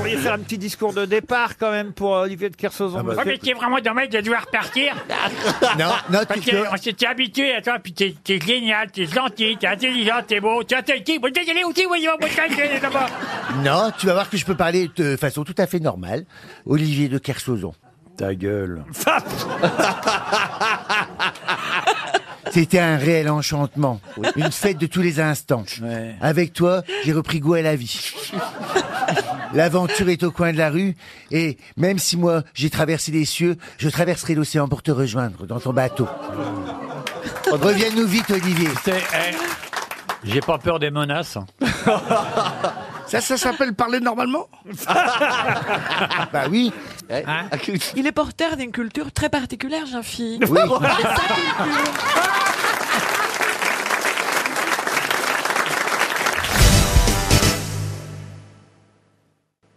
allez faire un petit discours de départ quand même pour euh, Olivier de Kersauzon. Ouais, Ah, mais c'est vraiment dommage de devoir partir. Non, Ah, non, tu Parce peux- qu'on s'était habitué à toi, puis t'es t'es génial, t'es gentil, t'es intelligent, t'es beau, t'es intelligent. Vous êtes allé aussi, voyez, en Bretagne, les enfants. non, tu vas voir que je peux parler de façon tout à fait normale. Olivier de Kersauzon. Ta gueule. C'était un réel enchantement. Une fête de tous les instants. Ouais. Avec toi, j'ai repris goût à la vie. L'aventure est au coin de la rue et même si moi j'ai traversé les cieux, je traverserai l'océan pour te rejoindre dans ton bateau. Reviens-nous vite Olivier. eh, J'ai pas peur des menaces. Ça, ça s'appelle parler normalement Bah oui, Il est porteur d'une culture très particulière, jean fille oui.